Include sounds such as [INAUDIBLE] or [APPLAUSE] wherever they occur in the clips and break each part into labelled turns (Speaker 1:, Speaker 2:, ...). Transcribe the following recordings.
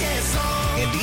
Speaker 1: Yes, oh,
Speaker 2: and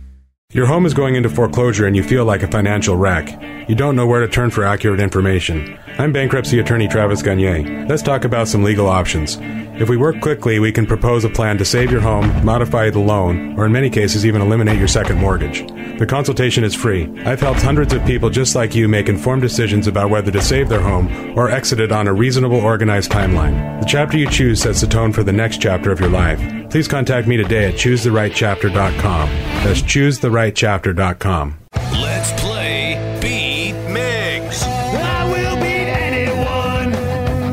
Speaker 3: Your home is going into foreclosure and you feel like a financial wreck. You don't know where to turn for accurate information. I'm bankruptcy attorney Travis Gagne. Let's talk about some legal options. If we work quickly, we can propose a plan to save your home, modify the loan, or in many cases, even eliminate your second mortgage. The consultation is free. I've helped hundreds of people just like you make informed decisions about whether to save their home or exit it on a reasonable, organized timeline. The chapter you choose sets the tone for the next chapter of your life. Please contact me today at choosetherightchapter.com. That's choosetherightchapter.com.
Speaker 2: Let's play B Migs.
Speaker 4: I will beat anyone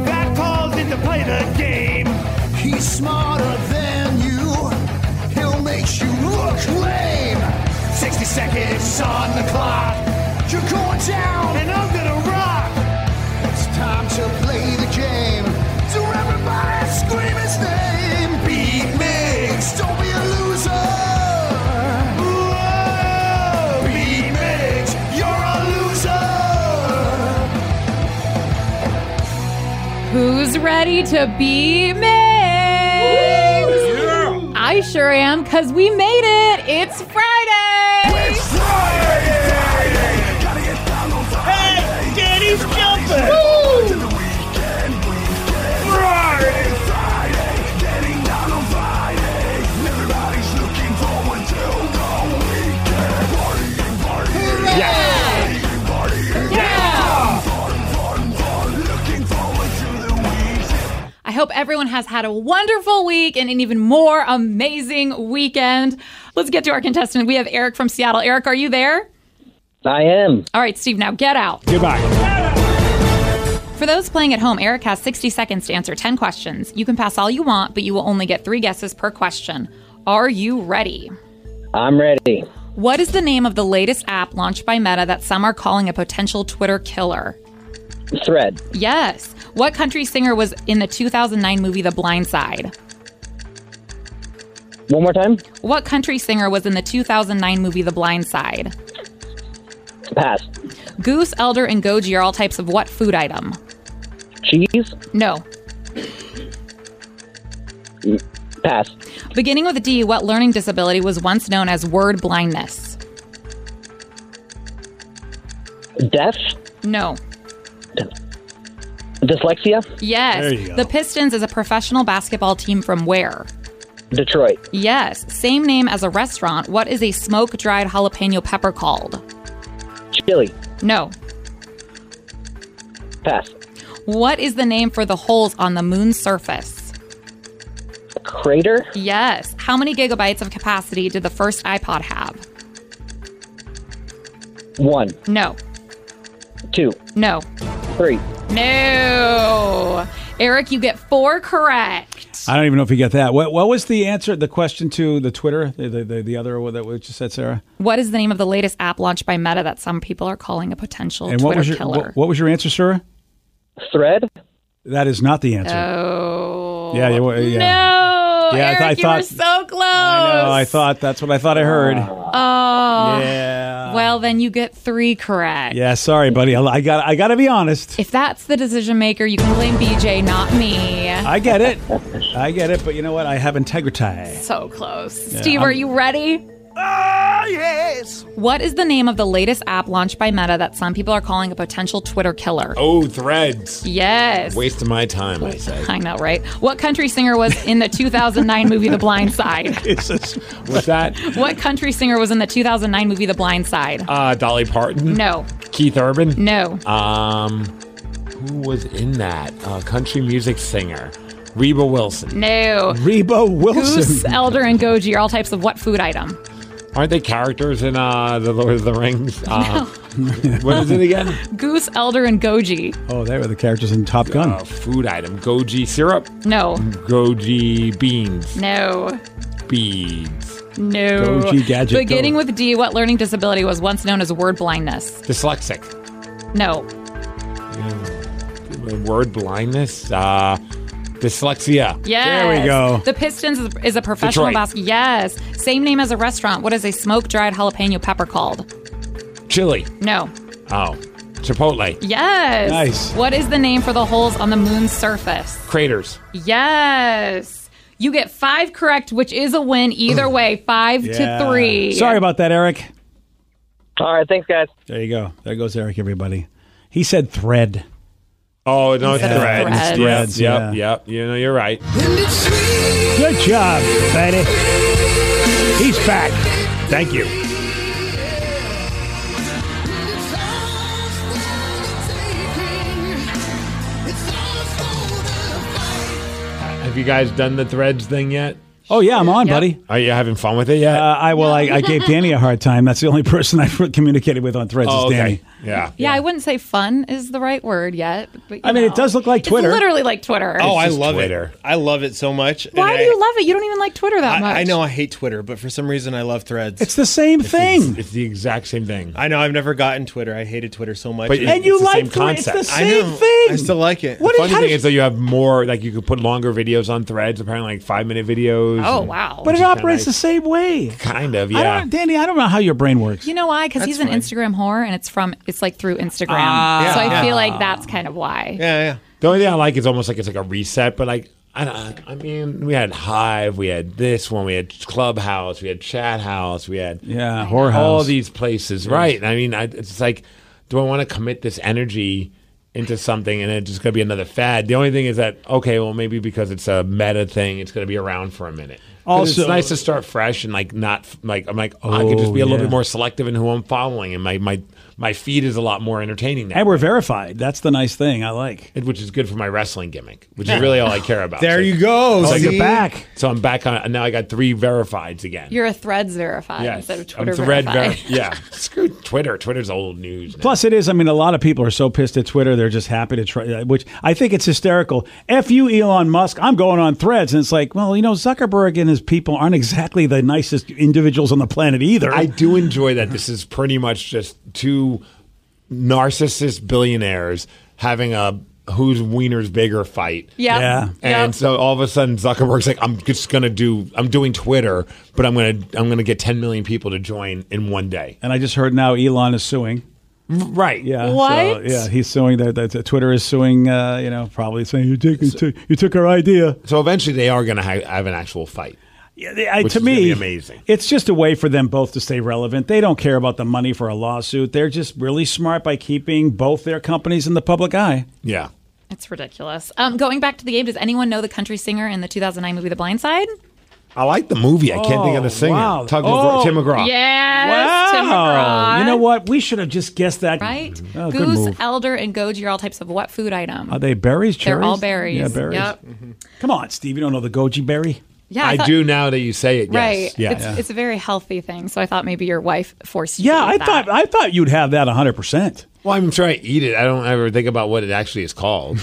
Speaker 4: that calls in to play the game. He's smarter than you. He'll make you look lame. 60 seconds on the clock. You're going down and I'm gonna rock. It's time to play the game. So everybody scream his name. Beat Mix. Don't be a loser. Whoa. Beat Mix. You're a loser.
Speaker 5: Who's ready to be mixed? I sure am, because we made it. It's Friday. I hope everyone has had a wonderful week and an even more amazing weekend. Let's get to our contestant. We have Eric from Seattle. Eric, are you there?
Speaker 6: I am.
Speaker 5: All right, Steve, now get out.
Speaker 7: Goodbye.
Speaker 5: For those playing at home, Eric has 60 seconds to answer 10 questions. You can pass all you want, but you will only get three guesses per question. Are you ready?
Speaker 6: I'm ready.
Speaker 5: What is the name of the latest app launched by Meta that some are calling a potential Twitter killer?
Speaker 6: Thread.
Speaker 5: Yes. What country singer was in the 2009 movie The Blind Side?
Speaker 6: One more time.
Speaker 5: What country singer was in the 2009 movie The Blind Side?
Speaker 6: Pass.
Speaker 5: Goose, elder, and goji are all types of what food item?
Speaker 6: Cheese.
Speaker 5: No.
Speaker 6: Pass.
Speaker 5: Beginning with D, what learning disability was once known as word blindness?
Speaker 6: Deaf.
Speaker 5: No.
Speaker 6: Dyslexia.
Speaker 7: There you
Speaker 5: Yes.
Speaker 7: go.
Speaker 5: The Pistons is a professional basketball team from where?
Speaker 6: Detroit.
Speaker 5: Yes. Same name as a restaurant. What is a smoke dried jalapeno pepper called?
Speaker 6: Chili.
Speaker 5: No.
Speaker 6: Pass.
Speaker 5: What is the name for the holes on the moon's surface?
Speaker 6: Crater.
Speaker 5: Yes. How many gigabytes of capacity did the first iPod have?
Speaker 6: One,
Speaker 5: No.
Speaker 6: two,
Speaker 5: No.
Speaker 6: three.
Speaker 5: No. Eric, you get four correct.
Speaker 8: I don't even know if you get that. What, what was the answer, the question to the Twitter, the, the, the, the other one that we just said, Sarah?
Speaker 5: What is the name of the latest app launched by Meta that some people are calling a potential
Speaker 8: and
Speaker 5: Twitter
Speaker 8: what was your
Speaker 5: killer?
Speaker 8: What, what was your answer, Sarah?
Speaker 6: Thread.
Speaker 8: That is not the answer.
Speaker 5: Oh.
Speaker 8: Yeah, you were- yeah.
Speaker 5: No.
Speaker 8: Yeah, I
Speaker 5: Eric,
Speaker 8: th- I
Speaker 5: you were
Speaker 8: thought-
Speaker 5: so close.
Speaker 8: I know. I thought that's what I thought I heard.
Speaker 5: Oh.
Speaker 8: yeah.
Speaker 5: Well, then you get three correct.
Speaker 8: yeah. Sorry, buddy. I- I got. I got to be honest.
Speaker 5: If that's the decision maker, you can blame BJ, not me.
Speaker 8: I get it. I get it. But you know what? I have integrity.
Speaker 5: So close. Steve, are you ready?
Speaker 9: Ah,
Speaker 10: Oh, yes.
Speaker 5: What is the name of the latest app launched by Meta that some people are calling a potential Twitter killer?
Speaker 9: Oh, threads.
Speaker 5: Yes.
Speaker 9: Waste of my time, I say.
Speaker 5: I know, right? What country singer was in the 2009 movie The
Speaker 8: [LAUGHS]
Speaker 5: Blind Side?
Speaker 9: Was that
Speaker 5: What country singer was in the 2009 movie The Blind
Speaker 8: Um,
Speaker 5: Side?
Speaker 9: uh, Dolly Parton?
Speaker 5: No.
Speaker 9: Keith Urban?
Speaker 5: No.
Speaker 9: Um, who was in that? Uh, country music singer. Reba Wilson.
Speaker 5: No.
Speaker 8: Reba
Speaker 5: Goose, elder, and goji are all types of what food item?
Speaker 9: Aren't they characters in uh, The Lord of the Rings? Uh,
Speaker 8: Um,
Speaker 9: [LAUGHS] what is it again?
Speaker 5: [LAUGHS] Goose, elder, and goji.
Speaker 8: Oh, they were the characters in Top Gun.
Speaker 9: Uh, food item. Goji syrup?
Speaker 5: No.
Speaker 9: Goji beans.
Speaker 5: No.
Speaker 9: Beads.
Speaker 5: No.
Speaker 8: Goji gadget go.
Speaker 5: Beginning with D, what learning disability was once known as word blindness?
Speaker 9: Dyslexic.
Speaker 5: No.
Speaker 9: Word blindness. Uh, dyslexia.
Speaker 5: Yes.
Speaker 8: we go.
Speaker 5: The Pistons is- is a professional
Speaker 9: Detroit.
Speaker 5: basketball. Yes. Same name as a restaurant. What is a smoked dried jalapeno pepper called?
Speaker 9: Chili.
Speaker 5: No.
Speaker 9: Oh. Chipotle.
Speaker 5: Yes.
Speaker 8: Nice.
Speaker 5: What is the name for the holes on the moon's surface?
Speaker 9: Craters.
Speaker 5: Yes. You get five correct, which is a win either way, five to
Speaker 8: Yeah.
Speaker 5: three.
Speaker 8: Sorry about that, Eric.
Speaker 11: All right, thanks, guys.
Speaker 8: There you go. There goes Eric, everybody. He said thread.
Speaker 9: Oh, no, it's
Speaker 5: Instead of
Speaker 9: threads.
Speaker 5: threads.
Speaker 8: Threads,
Speaker 9: Yep,
Speaker 8: yeah.
Speaker 9: yep, yep. You know, you're right.
Speaker 8: Good job, Fatty. He's back. Thank you.
Speaker 9: Have you guys done the threads thing yet?
Speaker 8: Oh yeah, I'm on,
Speaker 5: Yep.
Speaker 8: buddy.
Speaker 9: Are you having fun with it yet?
Speaker 8: Uh, I well, I, I gave Danny a hard time. That's the only person I [LAUGHS] communicated with on Threads
Speaker 9: oh,
Speaker 8: is
Speaker 9: okay.
Speaker 8: Danny.
Speaker 9: Yeah.
Speaker 5: Yeah, I wouldn't say fun is the right word yet. But, you
Speaker 8: I mean, it
Speaker 5: know.
Speaker 8: does look like Twitter.
Speaker 5: It's literally like Twitter.
Speaker 12: Oh, I
Speaker 9: just
Speaker 12: love
Speaker 9: Twitter.
Speaker 12: it. I love it so much. and
Speaker 5: Why
Speaker 12: I,
Speaker 5: do you love it? You don't even like Twitter that much.
Speaker 12: I, I know I hate Twitter, but for some reason I love threads.
Speaker 8: It's the same thing.
Speaker 9: It's the exact same thing.
Speaker 12: I know I've never gotten Twitter. I hated Twitter so much.
Speaker 9: But
Speaker 12: and-
Speaker 8: and you
Speaker 9: the
Speaker 8: like
Speaker 9: same
Speaker 8: Thre- it's the
Speaker 9: concept.
Speaker 12: I
Speaker 8: same
Speaker 12: know.
Speaker 8: thing.
Speaker 12: I still like it.
Speaker 8: What
Speaker 9: The
Speaker 8: is-
Speaker 9: funny
Speaker 8: how
Speaker 9: thing
Speaker 8: does-
Speaker 9: is that you have more, like you could put longer videos on threads, apparently like five minute videos.
Speaker 5: Oh,
Speaker 9: and-
Speaker 5: wow.
Speaker 8: But it
Speaker 9: kinda
Speaker 8: operates
Speaker 9: nice.
Speaker 8: the same way.
Speaker 9: Kind of,
Speaker 8: I
Speaker 9: yeah.
Speaker 8: don't, Danny, I don't know how your brain works.
Speaker 5: you know why? Because he's an Instagram whore, and it's from it's like through Instagram. so I
Speaker 12: Ah, Yeah.
Speaker 5: feel like that's kind of why.
Speaker 12: yeah, yeah.
Speaker 9: The only thing I like is almost like it's like a reset, but like, I, don't, I mean, we had Hive, we had this one, we had Clubhouse, we had Chat House, we had
Speaker 8: yeah, whorehouse.
Speaker 9: all these places, right? I mean, I, it's like, do I want to commit this energy into something and it's just going to be another fad? The only thing is that okay, well, maybe because it's a meta thing, it's going to be around for a minute. 'Cause
Speaker 8: Also-
Speaker 9: it's nice to start fresh and like not f- like I'm like I could just
Speaker 8: Oh,
Speaker 9: be a little
Speaker 8: yeah.
Speaker 9: bit more selective in who I'm following, and my my my feed is a lot more entertaining now.
Speaker 8: and we're verified. That's the nice thing I like.
Speaker 9: which is good for my wrestling gimmick, which is really all I care
Speaker 12: [LAUGHS]
Speaker 9: about.
Speaker 12: There
Speaker 9: So-
Speaker 12: you go.
Speaker 8: Oh,
Speaker 12: see?
Speaker 8: you're back.
Speaker 9: So I'm back on. and Now I got three verifieds again.
Speaker 5: You're a Threads verified instead of Twitter
Speaker 9: I'm thread
Speaker 5: verified.
Speaker 9: verif- [LAUGHS] yeah, screw Twitter. Twitter's old news. now.
Speaker 8: Plus, it is. I mean, a lot of people are so pissed at Twitter; they're just happy to try. uh, Which I think it's hysterical. F you, Elon Musk. I'm going on Threads, and it's like, well, you know, Zuckerberg and his people aren't exactly the nicest individuals on the planet either.
Speaker 9: I do enjoy that this is pretty much just two narcissist billionaires having a whose wiener's bigger fight.
Speaker 5: Yep.
Speaker 8: Yeah.
Speaker 9: And
Speaker 5: Yep.
Speaker 9: so all of a sudden Zuckerberg's like, I'm just gonna do I'm doing Twitter, but I'm gonna I'm gonna get ten million people to join in one day.
Speaker 8: and I just heard now Elon is suing.
Speaker 9: Right.
Speaker 8: Yeah. So,
Speaker 5: What?
Speaker 8: yeah, he's suing. That, that, that Twitter is suing. Uh, you know, probably saying you took you took our idea.
Speaker 9: So eventually they are gonna ha- have an actual fight.
Speaker 8: Yeah, they- I-
Speaker 9: Which
Speaker 8: to
Speaker 9: is gonna
Speaker 8: me,
Speaker 9: be amazing.
Speaker 8: It's just a way for them both to stay relevant. They don't care about the money for a lawsuit. They're just really smart by keeping both their companies in the public eye.
Speaker 9: Yeah.
Speaker 5: [LAUGHS] It's ridiculous. Um, going back to the game, does anyone know the country singer in the 2009 movie The Blind Side?
Speaker 9: I like the movie. I can't think of the singer.
Speaker 8: wow.
Speaker 9: Tug
Speaker 8: Oh,
Speaker 9: McGraw, Tim McGraw.
Speaker 5: Yes. Tim
Speaker 8: Wow.
Speaker 5: McGraw.
Speaker 8: You know what? We should have just guessed that.
Speaker 5: Right?
Speaker 8: Oh, good
Speaker 5: Goose,
Speaker 8: move.
Speaker 5: elder, and goji are all types of what food item?
Speaker 8: Are they berries?
Speaker 5: They're all
Speaker 8: cherries?
Speaker 5: berries.
Speaker 8: Yeah, berries. Mm-hmm.
Speaker 5: Yep.
Speaker 8: Come on, Steve. You don't know the goji berry?
Speaker 5: Yeah,
Speaker 9: I,
Speaker 5: thought-
Speaker 9: do now that you say it. Yes.
Speaker 5: Right.
Speaker 9: Yeah.
Speaker 5: It's, it's a very healthy thing. So I thought maybe your wife forced you. to
Speaker 8: Yeah,
Speaker 5: eat
Speaker 8: I
Speaker 5: that.
Speaker 8: thought I thought you'd have that 100. percent
Speaker 9: Well, I'm sure I eat it. I don't ever think about what it actually is called.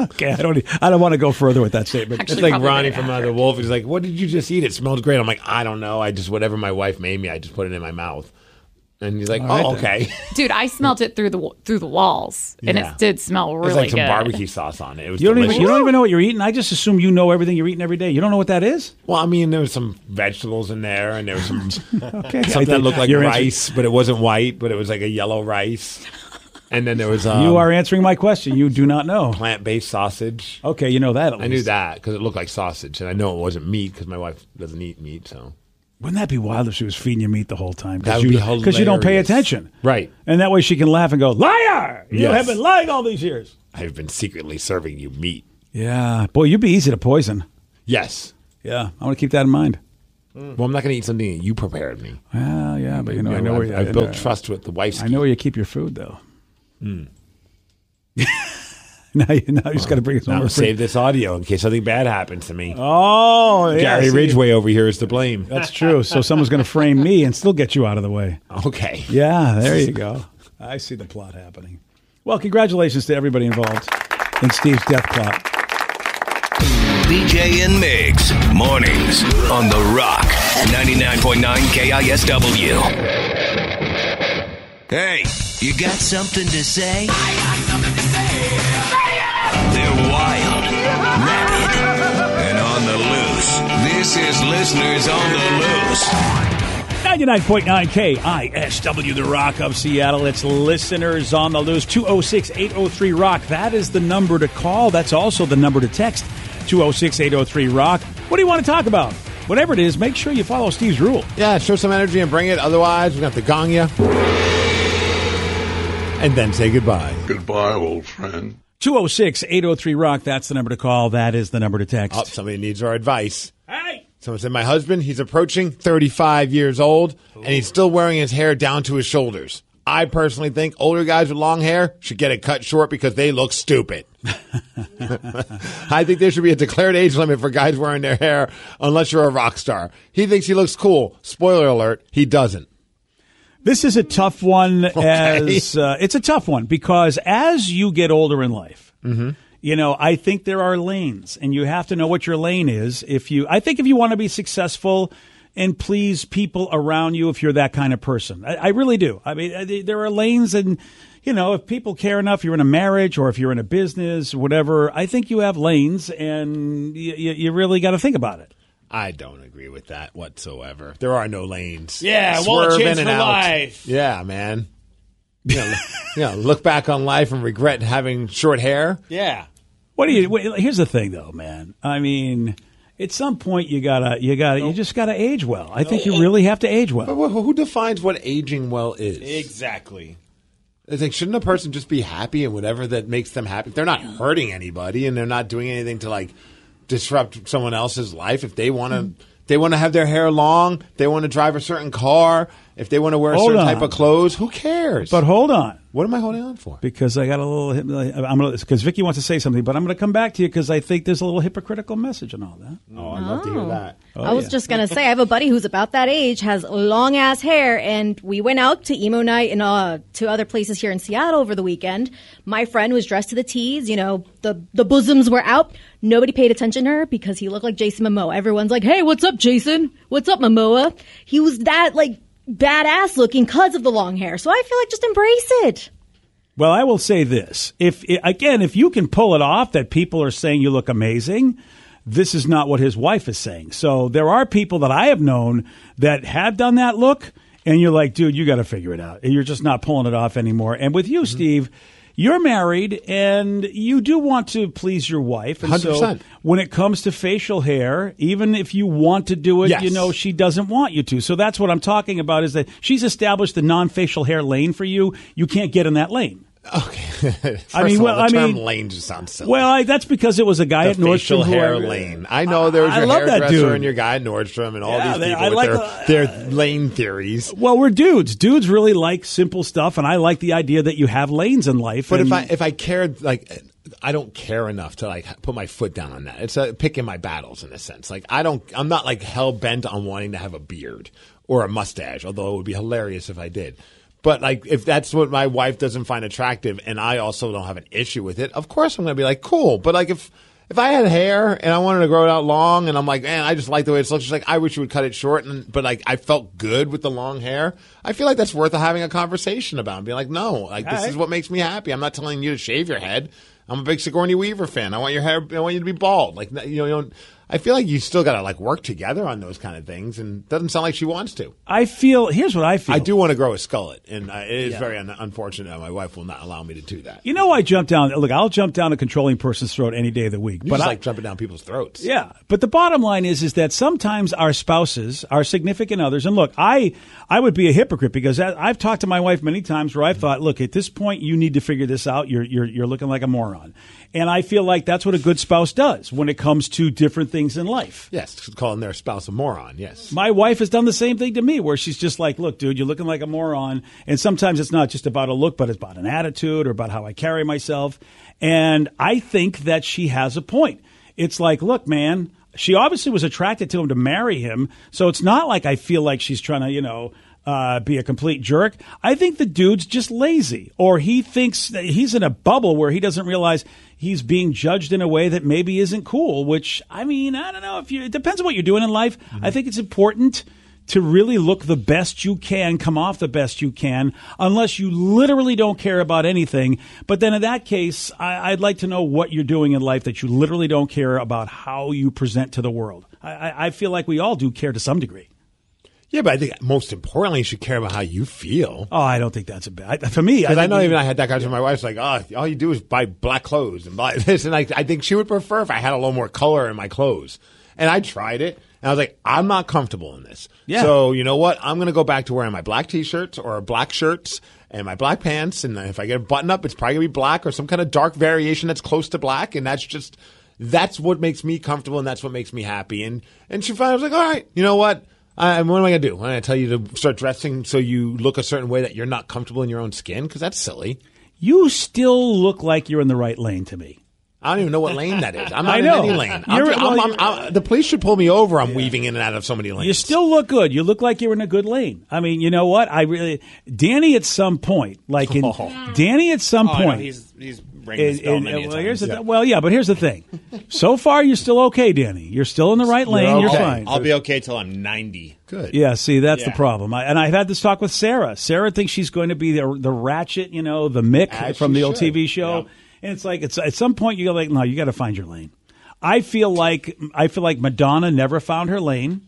Speaker 8: Okay, I don't. e, I don't want to go further with that statement.
Speaker 5: Actually,
Speaker 9: It's like
Speaker 5: probably
Speaker 9: Ronnie
Speaker 5: right
Speaker 9: from uh,
Speaker 5: after.
Speaker 9: The Wolf. He's like, "What did you just eat? It smelled great." I'm like, "I don't know. I just whatever my wife made me, I just put it in my mouth." And he's like, "Oh,
Speaker 5: [LAUGHS]
Speaker 9: okay." [LAUGHS]
Speaker 5: Dude, I smelt it through the wa- through the walls, and
Speaker 9: Yeah.
Speaker 5: it did smell really
Speaker 9: There's like some
Speaker 5: good.
Speaker 9: barbecue sauce on it. It was
Speaker 8: You don't
Speaker 9: delicious.
Speaker 8: even. You don't even know what you're eating. I just assume you know everything you're eating every day. You don't know what that is.
Speaker 9: well, I mean, there was some vegetables in there, and there was some something
Speaker 8: [LAUGHS] Hmm, Okay,
Speaker 9: that looked like
Speaker 8: You're answering-
Speaker 9: rice, but it wasn't white, but it was like a yellow rice. And then there was um,
Speaker 8: you are answering my question. You do not know.
Speaker 9: plant-based sausage.
Speaker 8: Okay, you know that. At
Speaker 9: I knew
Speaker 8: least.
Speaker 9: that because it looked like sausage, and I know it wasn't meat because my wife doesn't eat meat. So
Speaker 8: Wouldn't that be wild if she was feeding you meat the whole time?
Speaker 9: That would
Speaker 8: you,
Speaker 9: be
Speaker 8: Because you don't pay
Speaker 9: hilarious.
Speaker 8: attention.
Speaker 9: Right.
Speaker 8: And that way she can laugh and go, liar! You have been lying all these years.
Speaker 9: I've been secretly serving you meat.
Speaker 8: Yeah. Boy, you'd be easy to poison.
Speaker 9: Yes.
Speaker 8: Yeah. I want to keep that in mind.
Speaker 9: Mm. Well, I'm not going to eat something that you prepared me.
Speaker 8: Well, yeah, but you know,
Speaker 9: I
Speaker 8: I know where
Speaker 9: I've,
Speaker 8: you-
Speaker 9: I've built
Speaker 8: uh,
Speaker 9: trust with the wife's.
Speaker 8: I know where you keep your food, though.
Speaker 9: Hmm.
Speaker 8: [LAUGHS] now you, now you just got to bring it
Speaker 9: Now
Speaker 8: over.
Speaker 9: save this audio in case something bad happens to me.
Speaker 8: Oh, yeah,
Speaker 9: Gary
Speaker 8: see?
Speaker 9: Ridgway over here is to blame.
Speaker 8: That's true. So someone's going to frame me and still get you out of the way.
Speaker 9: Okay.
Speaker 8: Yeah, there you go. I see the plot happening. Well, congratulations to everybody involved in Steve's death plot.
Speaker 13: BJ and Migs, mornings on The Rock, 99.9 KISW. Hey, you got something to say? I got something to say. They're wild, rabid, and on the loose. This is Listeners on the Loose.
Speaker 8: 99.9 KISW, The Rock of Seattle. It's listeners on the loose. 206 803 Rock. That is the number to call. That's also the number to text. 206 803 Rock. What do you want to talk about? Whatever it is, make sure you follow Steve's rule.
Speaker 9: Yeah, show some energy and bring it. Otherwise, we're going to have to gong you. And then say goodbye.
Speaker 14: Goodbye, old friend.
Speaker 8: 206 803 Rock. That's the number to call. That is the number to text.
Speaker 9: Oh, somebody needs our advice. Hey! Someone said, My husband, he's approaching 35 years old, and he's still wearing his hair down to his shoulders. I personally think older guys with long hair should get it cut short because they look stupid. [LAUGHS] I think there should be a declared age limit for guys wearing their hair unless you're a rock star. He thinks he looks cool. Spoiler alert, he doesn't.
Speaker 8: This is a tough one. As uh, it's a tough one because as you get older in life, you know, I think there are lanes, and you have to know what your lane is. If you, I think, if you want to be successful and please people around you, if you're that kind of person, I, I really do. I mean, I- there are lanes, and you know, if people care enough, you're in a marriage or if you're in a business, whatever. I think you have lanes, and you, you really got to think about it.
Speaker 9: I don't agree with that whatsoever. There are no lanes.
Speaker 8: Yeah,
Speaker 9: Swerve
Speaker 8: wallet
Speaker 9: in
Speaker 8: chains
Speaker 9: and
Speaker 8: for
Speaker 9: out.
Speaker 8: life.
Speaker 9: Yeah, man. You know, you know, look back on life and regret having short hair.
Speaker 8: Yeah. What do you? Wait, here's the thing, though, man. I mean, at some point you gotta, you gotta, you just gotta age well. I think you really have to age well.
Speaker 9: But wh- who defines what aging well is? Exactly. It's like, shouldn't a person just be happy and whatever that makes them happy? They're not hurting anybody and they're not doing anything to like disrupt someone else's life. If they want to, they want to have their hair long. They want to drive a certain car. If they want to wear a
Speaker 8: Hold
Speaker 9: certain
Speaker 8: on.
Speaker 9: type of clothes, who cares?
Speaker 8: But hold on,
Speaker 9: what am I holding on for?
Speaker 8: because I got a little. hip- I'm gonna because Vicky wants to say something, but I'm gonna come back to you because I think there's a little hypocritical message and all that.
Speaker 9: Oh, I'd love to
Speaker 15: Oh.
Speaker 9: hear that.
Speaker 15: I was just gonna say I have a buddy who's about that age, has long ass hair, and we went out to emo night and uh, to other places here in Seattle over the weekend. My friend was dressed to the tees, you know, the the bosoms were out. Nobody paid attention to her because he looked like Jason Momoa. Everyone's like, "Hey, what's up, Jason? What's up, Momoa?" He was that like badass looking because of the long hair. So I feel like just embrace it.
Speaker 8: Well, I will say this: if i- again, if you can pull it off, that people are saying you look amazing. This is not what his wife is saying. So there are people that I have known that have done that look, and you're like, dude, you got to figure it out. You're just not pulling it off anymore. And with you, Steve. You're married and you do want to please your wife. And so
Speaker 9: 100%.
Speaker 8: when it comes to facial hair, even if you want to do it,
Speaker 9: Yes.
Speaker 8: you know, she doesn't want you to. So that's what I'm talking about is that she's established the non-facial hair lane for you. You can't get in that lane.
Speaker 9: [LAUGHS] First
Speaker 8: I mean,
Speaker 9: of all,
Speaker 8: well,
Speaker 9: the
Speaker 8: I
Speaker 9: term
Speaker 8: mean-
Speaker 9: lane just sounds silly.
Speaker 8: Well, I, that's because it was a guy
Speaker 9: the
Speaker 8: at Nordstrom.
Speaker 9: facial
Speaker 8: who
Speaker 9: hair
Speaker 8: I-
Speaker 9: lane. I know there was
Speaker 8: I
Speaker 9: your
Speaker 8: love that
Speaker 9: hairdresser
Speaker 8: dude.
Speaker 9: and your guy at Nordstrom and all
Speaker 8: Yeah,
Speaker 9: these
Speaker 8: they-
Speaker 9: people
Speaker 8: I
Speaker 9: with
Speaker 8: like
Speaker 9: their, their lane theories.
Speaker 8: Well, we're dudes. Dudes really like simple stuff, and I like the idea that you have lanes in life.
Speaker 9: But if
Speaker 8: and-
Speaker 9: I if I cared like I don't care enough to like put my foot down on that. It's uh picking my battles in a sense. Like I don't I'm not like hell bent on wanting to have a beard or a mustache, although it would be hilarious if I did. But like if that's what my wife doesn't find attractive and I also don't have an issue with it, of course I'm going to be like cool. But like if if I had hair and I wanted to grow it out long and I'm like, man, I just like the way it looks. She's like, I wish you would cut it short. And, but like, I felt good with the long hair. I feel like that's worth having a conversation about and being like, no, like this
Speaker 8: All right.
Speaker 9: is what makes me happy. I'm not telling you to shave your head. I'm a big Sigourney Weaver fan. I want your hair. I want you to be bald. Like, you know, you don't, I feel like you still got to like work together on those kind of things, and doesn't sound like she wants to.
Speaker 8: I feel. Here's what I feel.
Speaker 9: I do want to grow a skullet, and I, it is
Speaker 8: Yeah.
Speaker 9: very un- unfortunate that my wife will not allow me to do that.
Speaker 8: You know, I jump down. Look, I'll jump down a controlling person's throat any day of the week.
Speaker 9: You
Speaker 8: but
Speaker 9: just
Speaker 8: I,
Speaker 9: like jumping down people's throats.
Speaker 8: Yeah, but the bottom line is is that sometimes our spouses, our significant others, and look, I I would be a hypocrite because I, I've talked to my wife many times where I thought, look, at this point you need to figure this out. You're you're you're looking like a moron, and I feel like that's what a good spouse does when it comes to different things in life.
Speaker 9: Yes, calling their spouse a moron. Yes.
Speaker 8: My wife has done the same thing to me, where she's just like, "Look, dude, you're looking like a moron." And sometimes it's not just about a look, but it's about an attitude or about how I carry myself. And I think that she has a point. It's like, look, man, she obviously was attracted to him to marry him, so it's not like I feel like she's trying to, you know. Uh, be a complete jerk. I think the dude's just lazy, or he thinks that he's in a bubble where he doesn't realize he's being judged in a way that maybe isn't cool. Which I mean, I don't know if you. It depends on what you're doing in life. I think it's important to really look the best you can, come off the best you can, unless you literally don't care about anything. But then in that case, I, I'd like to know what you're doing in life that you literally don't care about how you present to the world. I, I, I feel like we all do care to some degree.
Speaker 9: Yeah, but I think most importantly, you should care about how you feel.
Speaker 8: Oh, I don't think that's a bad. For me,
Speaker 9: Because I,
Speaker 8: think
Speaker 9: know
Speaker 8: we-
Speaker 9: even I had that conversation. with My wife's like, "Oh, all you do is buy black clothes and buy [LAUGHS] this," and I, I think she would prefer if I had a little more color in my clothes. And I tried it, and I was like, "I'm not comfortable in this."
Speaker 8: Yeah.
Speaker 9: So you know what? I'm going to go back to wearing my black t-shirts or black shirts and my black pants, and if I get a button up, it's probably going to be black or some kind of dark variation that's close to black, and that's just that's what makes me comfortable, and that's what makes me happy. And and she finally was like, "All right, you know what?" I, and what am I going to do? Am I going to tell you to start dressing so you look a certain way that you're not comfortable in your own skin? Because that's silly.
Speaker 8: You still look like you're in the right lane to me.
Speaker 9: I don't even know what lane that is. I'm not
Speaker 8: I know.
Speaker 9: in any lane. I'm,
Speaker 8: You're-
Speaker 9: I'm-
Speaker 8: well,
Speaker 9: I'm- I'm- the police should pull me over. I'm weaving in and out of so many lanes.
Speaker 8: You still look good. You look like you're in a good lane. I mean, you know what? I really, Danny at some point, like in Danny at
Speaker 12: [LAUGHS]
Speaker 8: some
Speaker 12: Oh, I know.
Speaker 8: point.
Speaker 12: He's- he's rang this
Speaker 8: And-
Speaker 12: bell
Speaker 8: and-
Speaker 12: many a
Speaker 8: well,
Speaker 12: time.
Speaker 8: here's the
Speaker 12: Yeah.
Speaker 8: thi- well, yeah, but here's the thing. So far, you're still okay, Danny. You're still in the right lane. You're
Speaker 12: I'll-
Speaker 8: fine.
Speaker 12: I'll be okay till I'm 90.
Speaker 9: Good.
Speaker 8: Yeah, see, that's the
Speaker 12: Yeah.
Speaker 8: problem. I, and I've had this talk with Sarah. Sarah thinks she's going to be the, the ratchet, you know, the Mick
Speaker 12: As
Speaker 8: from
Speaker 12: she
Speaker 8: the old
Speaker 12: should.
Speaker 8: TV show. And it's like, it's at some point you're like, no, you got to find your lane. I feel like I feel like Madonna never found her lane.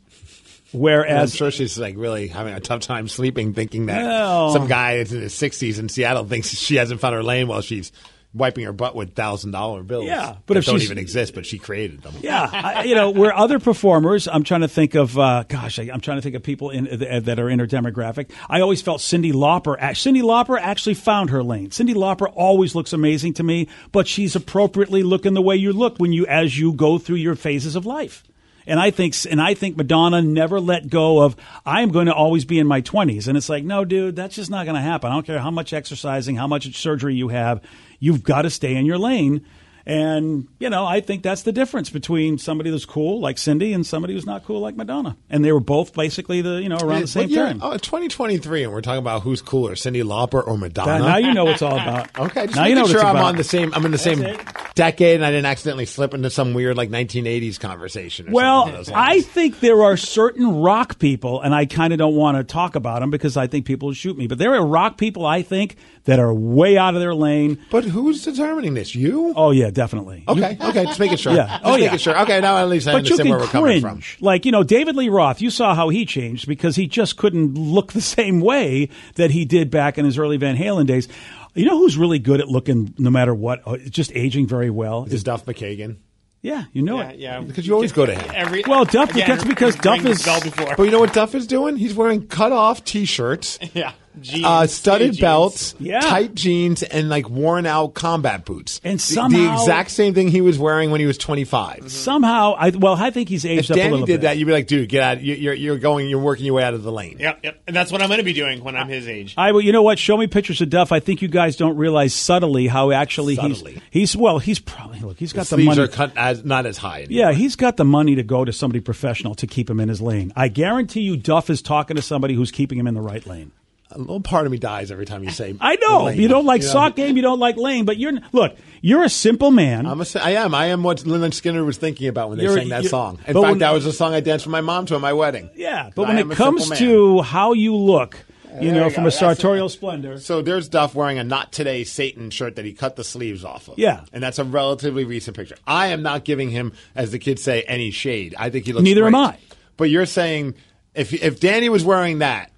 Speaker 9: And I'm
Speaker 8: Whereas
Speaker 9: sure she's like really having a tough time sleeping, thinking that
Speaker 8: Well-
Speaker 9: some guy that's in his 60s in Seattle thinks she hasn't found her lane while she's wiping her butt with thousand dollar bills.
Speaker 8: Yeah, but
Speaker 9: that
Speaker 8: if
Speaker 9: don't
Speaker 8: she's-
Speaker 9: even exist, but she created them.
Speaker 8: Yeah, I, you know, where other performers, I'm trying to think of, uh, gosh, I, I'm trying to think of people in, uh, that are in her demographic. I always felt Cindy Lauper. act- Cindy Lauper actually found her lane. Cindy Lauper always looks amazing to me, but she's appropriately looking the way you look when you as you go through your phases of life. And I think, and I think Madonna never let go of I'm going to always be in my 20s. And it's like, no, dude, that's just not going to happen. I don't care how much exercising, how much surgery you have, you've got to stay in your lane. And you know, I think that's the difference between somebody that's cool like Cindy and somebody who's not cool like Madonna. And they were both basically the you know around the
Speaker 9: What
Speaker 8: same
Speaker 9: year-
Speaker 8: time.
Speaker 9: Oh, 2023, and we're talking about who's cooler, Cindy Lauper or Madonna.
Speaker 8: Now you know what it's all about.
Speaker 9: [LAUGHS] Okay, just
Speaker 8: now you
Speaker 9: making
Speaker 8: know what
Speaker 9: sure
Speaker 8: it's
Speaker 9: I'm
Speaker 8: about.
Speaker 9: on the same. I'm in the same
Speaker 8: That's
Speaker 9: decade, and I didn't accidentally slip into some weird like 1980s conversation. Or something
Speaker 8: Well,
Speaker 9: along those lines.
Speaker 8: I think there are certain rock people, and I kind of don't want to talk about them because I think people will shoot me. But there are rock people I think that are way out of their lane.
Speaker 9: But who's determining this? You?
Speaker 8: Oh yeah, definitely.
Speaker 9: okay, okay, just making sure.
Speaker 8: Yeah.
Speaker 9: Just
Speaker 8: Oh,
Speaker 9: making
Speaker 8: yeah.
Speaker 9: sure. Okay, now at least I
Speaker 8: but you
Speaker 9: understand
Speaker 8: can
Speaker 9: where we're coming
Speaker 8: cringe.
Speaker 9: from.
Speaker 8: Like you know, David Lee Roth. You saw how he changed because he just couldn't look the [LAUGHS] same way that he did back in his early Van Halen days. You know who's really good at looking, no matter what, uh, just aging very well
Speaker 9: Is Duff McKagan?
Speaker 8: Yeah, you know it.
Speaker 9: Yeah, because you always go to him.
Speaker 8: well, Duff. that's because Duff is.
Speaker 9: But you know what Duff is doing? He's wearing cut-off T-shirts.
Speaker 12: [LAUGHS] Yeah. Jeans,
Speaker 9: Uh, studded
Speaker 12: skinny
Speaker 9: belts,
Speaker 12: jeans. Yeah.
Speaker 9: tight jeans, and like worn out combat boots. And the,
Speaker 8: somehow-
Speaker 9: exact same thing he was wearing when he was 25.
Speaker 8: Somehow, I well, I think he's
Speaker 9: If
Speaker 8: aged up a
Speaker 9: Danny
Speaker 8: little
Speaker 9: did
Speaker 8: bit.
Speaker 9: that, you'd be like, dude, get out. You- You're, you're going, you're working your way out of the lane.
Speaker 12: Yep, yep. And that's what I'm going to be doing when I'm his age.
Speaker 8: I well, you know what? Show me pictures of Duff. I think you guys don't realize subtly how actually
Speaker 9: Subtly.
Speaker 8: he's he's well. He's probably look. He's got
Speaker 9: His
Speaker 8: the
Speaker 9: sleeves
Speaker 8: money.
Speaker 9: are cut as, not as high. anymore.
Speaker 8: Yeah, he's got the money to go to somebody professional to keep him in his lane. I guarantee you, Duff is talking to somebody who's keeping him in the right lane.
Speaker 9: A little part of me dies every time you say.
Speaker 8: I know
Speaker 9: lane.
Speaker 8: you don't like
Speaker 9: You know?
Speaker 8: sock game, you don't like lane, but you're look, you're a simple man.
Speaker 9: I'm a, si- I am. I am what Leonard Skinner was thinking about when they
Speaker 8: You're-
Speaker 9: sang that
Speaker 8: you're-
Speaker 9: song. In
Speaker 8: but
Speaker 9: fact,
Speaker 8: when-
Speaker 9: that was a song I danced with my mom to at my wedding.
Speaker 8: yeah, but
Speaker 9: I
Speaker 8: when
Speaker 9: am
Speaker 8: it
Speaker 9: a simple
Speaker 8: comes
Speaker 9: man.
Speaker 8: to how you look, you know, from a sartorial splendor.
Speaker 9: So there's Duff wearing a Not Today Satan shirt that he cut the sleeves off of.
Speaker 8: Yeah.
Speaker 9: And that's a relatively recent picture. I am not giving him, as the kids say, any shade. I think he looks
Speaker 8: Neither am
Speaker 9: great. But you're saying if, if Danny was wearing that,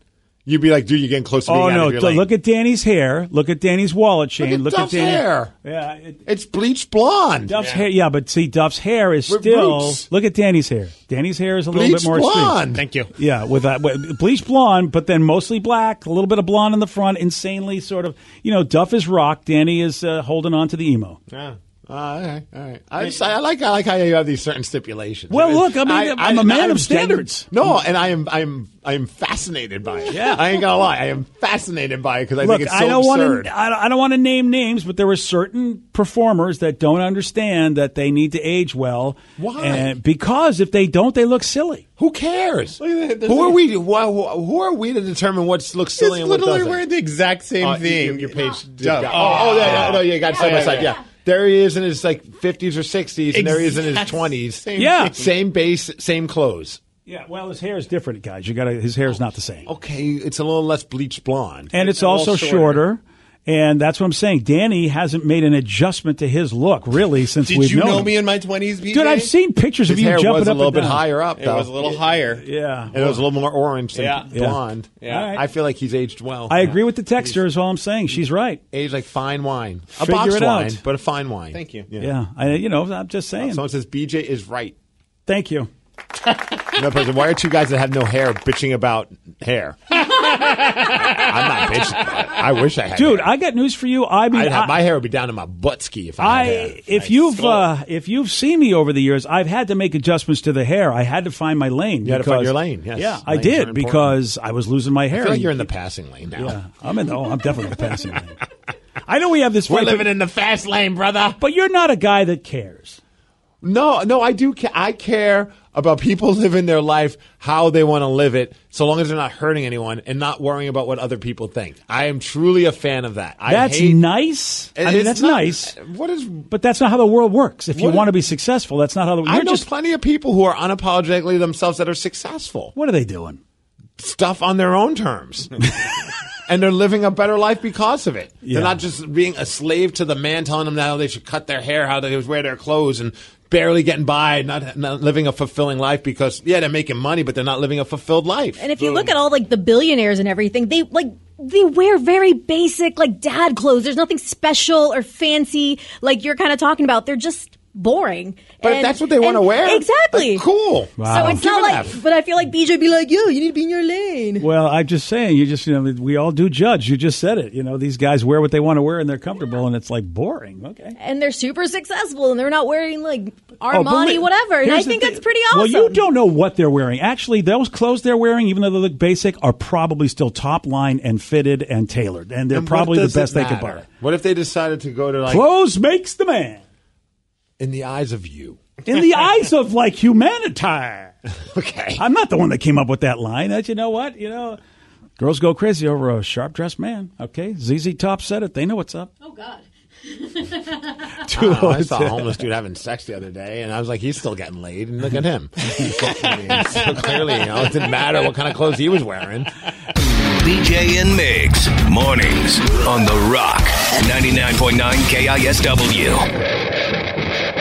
Speaker 9: you'd be like, dude, you're getting close to being
Speaker 8: Oh
Speaker 9: out
Speaker 8: no!
Speaker 9: of your
Speaker 8: d-
Speaker 9: lane.
Speaker 8: Look at Danny's hair. Look at Danny's wallet chain. Look at,
Speaker 9: Duff's
Speaker 8: Danny-
Speaker 9: hair.
Speaker 8: Yeah,
Speaker 9: it's bleached blonde.
Speaker 8: Duff's hair. Yeah, but see, Duff's hair is
Speaker 9: With
Speaker 8: still.
Speaker 9: roots.
Speaker 8: Look at Danny's hair. Danny's hair is a little
Speaker 9: Bleached
Speaker 8: bit more
Speaker 9: blonde.
Speaker 8: extreme.
Speaker 9: Thank you.
Speaker 8: Yeah, with that with bleach blonde, but then mostly black. A little bit of blonde in the front. Insanely sort of. You know, Duff is rock. Danny is uh, holding on to the emo.
Speaker 9: Yeah. Uh, all right, all right. I, just, I like I like how you have these certain stipulations.
Speaker 8: Well, look, I mean,
Speaker 9: I,
Speaker 8: I'm a man of
Speaker 9: I'm
Speaker 8: standards.
Speaker 9: Genu- no, and I am I'm I'm fascinated by it. Yeah, I ain't gonna lie, I am fascinated by it because I
Speaker 8: Look,
Speaker 9: think it's so
Speaker 8: I don't
Speaker 9: absurd.
Speaker 8: want to. I don't, I don't want to name names, but there were certain performers that don't understand that they need to age well.
Speaker 9: Why?
Speaker 8: And because if they don't, they look silly.
Speaker 9: Who cares? who are we? Why, who are we to determine what looks silly and what
Speaker 8: literally
Speaker 9: doesn't?
Speaker 8: wearing
Speaker 9: the exact
Speaker 12: Oh,
Speaker 8: same
Speaker 9: thing. Your page. just
Speaker 8: Duff.
Speaker 9: got- Oh, oh, yeah,
Speaker 8: Yeah.
Speaker 9: yeah, no, yeah, got side
Speaker 8: Yeah,
Speaker 9: by side.
Speaker 8: yeah.
Speaker 9: Yeah. There he is in his like 50s or 60s, and there he is in his
Speaker 8: Exact
Speaker 9: 20s.
Speaker 8: same Yeah. thing.
Speaker 9: same base, same clothes.
Speaker 8: Yeah, well, his hair is different, guys. You got to his hair is not the same.
Speaker 9: Okay, it's a little less bleached blonde,
Speaker 8: and it's
Speaker 9: a little
Speaker 8: also shorter. And that's what I'm saying. Danny hasn't made an adjustment to his look really since
Speaker 9: Did
Speaker 8: we've
Speaker 9: you
Speaker 8: known
Speaker 9: know
Speaker 8: him.
Speaker 9: me in my 20s, BJ?
Speaker 8: Dude, I've seen pictures of
Speaker 9: His
Speaker 8: you
Speaker 9: hair
Speaker 8: jumping
Speaker 9: was a
Speaker 8: up
Speaker 9: little
Speaker 8: and
Speaker 9: bit
Speaker 8: down.
Speaker 9: higher up.
Speaker 8: It
Speaker 9: though.
Speaker 8: was a little
Speaker 9: higher.
Speaker 8: Yeah,
Speaker 9: and it was a little more orange than
Speaker 8: Yeah. Yeah.
Speaker 9: blonde.
Speaker 8: Yeah. All right.
Speaker 9: I feel like he's aged well.
Speaker 8: I agree with the texter. Is all I'm saying. She's right.
Speaker 9: Aged like fine wine, a
Speaker 8: Figure
Speaker 9: box
Speaker 8: it
Speaker 9: wine,
Speaker 8: out.
Speaker 9: but a fine wine. Thank you.
Speaker 8: Yeah, I, you know, I'm just saying.
Speaker 9: Someone says BJ is right. [LAUGHS]
Speaker 8: Thank you.
Speaker 9: Another person, why are two guys that have no hair bitching about hair? I'm not bitching. About it. I wish I had.
Speaker 8: Dude,
Speaker 9: hair.
Speaker 8: I got news for you. I mean,
Speaker 9: I'd have,
Speaker 8: I-
Speaker 9: my hair would be down to my butt ski if I. had hair.
Speaker 8: I if you've uh, if you've seen me over the years, I've had to make adjustments to the hair. I had to find my lane.
Speaker 9: You had to find
Speaker 8: because-
Speaker 9: your lane, yes.
Speaker 8: Yeah, I
Speaker 9: Lanes are
Speaker 8: did
Speaker 9: important.
Speaker 8: because I was losing my hair.
Speaker 9: I feel like you're in the passing lane now.
Speaker 8: Yeah, I'm in. Oh, I'm definitely in the
Speaker 9: [LAUGHS]
Speaker 8: passing lane. I know we have this.
Speaker 9: We're
Speaker 8: fight, but-
Speaker 9: living in the fast lane, brother.
Speaker 8: But you're not a guy that cares.
Speaker 9: No, no, I do. Ca- I care about people [LAUGHS] living their life how they want to live it, so long as they're not hurting anyone and not worrying about what other people think. I am truly a fan of that. I
Speaker 8: That's
Speaker 9: hate-
Speaker 8: nice. I
Speaker 9: It-
Speaker 8: mean,
Speaker 9: it's
Speaker 8: that's
Speaker 9: not-
Speaker 8: nice.
Speaker 9: What is?
Speaker 8: But that's not how the world works. If you
Speaker 9: What-
Speaker 8: want to be successful, that's not how the.
Speaker 9: I
Speaker 8: You're
Speaker 9: know
Speaker 8: just.
Speaker 9: plenty of people who are unapologetically themselves that are successful.
Speaker 8: What are they doing?
Speaker 9: Stuff on their own
Speaker 8: [LAUGHS]
Speaker 9: terms. and they're living a better life because of it.
Speaker 8: Yeah.
Speaker 9: They're not just being a slave to the man telling them how they should cut their hair, how they should wear their clothes, and barely getting by, not, not living a fulfilling life because, yeah, they're making money, but they're not living a fulfilled life.
Speaker 15: And if you look at all like the billionaires and everything, they like they wear very basic like dad clothes. There's nothing special or fancy like you're kind of talking about. They're just boring.
Speaker 9: But if
Speaker 15: And-
Speaker 9: that's what they want to
Speaker 15: and-
Speaker 9: wear,
Speaker 15: Exactly.
Speaker 9: that's cool.
Speaker 8: Wow.
Speaker 15: So it's
Speaker 8: Give
Speaker 15: not
Speaker 8: it
Speaker 15: like. But I feel like BJ would be like, yo, you need to be in your lane.
Speaker 8: Well, I'm just saying. You just you know we all do judge. You just said it. You know these guys wear what they want to wear and they're comfortable and it's like boring. Okay.
Speaker 15: And they're super successful, and they're not wearing like Armani,
Speaker 8: believe-
Speaker 15: whatever. And I
Speaker 8: Oh, Here's the
Speaker 15: think
Speaker 8: thing.
Speaker 15: that's pretty awesome.
Speaker 8: Well, you don't know what they're wearing. Actually, those clothes they're wearing, even though they look basic, are probably still top line and fitted and tailored, and they're
Speaker 9: And what
Speaker 8: probably the
Speaker 9: does it
Speaker 8: best they could
Speaker 9: matter?
Speaker 8: buy.
Speaker 9: What if they decided to go to like
Speaker 8: Clothes makes the man.
Speaker 9: in the eyes of you?
Speaker 8: In the eyes of like humanity.
Speaker 9: Okay.
Speaker 8: I'm not the one that came up with that line. That you know what you know. Girls go crazy over a sharp dressed man. Okay, ZZ Top said it. They know what's up.
Speaker 15: Oh
Speaker 8: [LAUGHS]
Speaker 15: God.
Speaker 9: I, don't know, Oh, I saw a homeless dude having sex the other day, and I was like, he's still getting laid, and look at him. so clearly, you know, it didn't matter what kind of clothes he was wearing.
Speaker 13: BJ and Migs, mornings on The Rock, 99.9 KISW.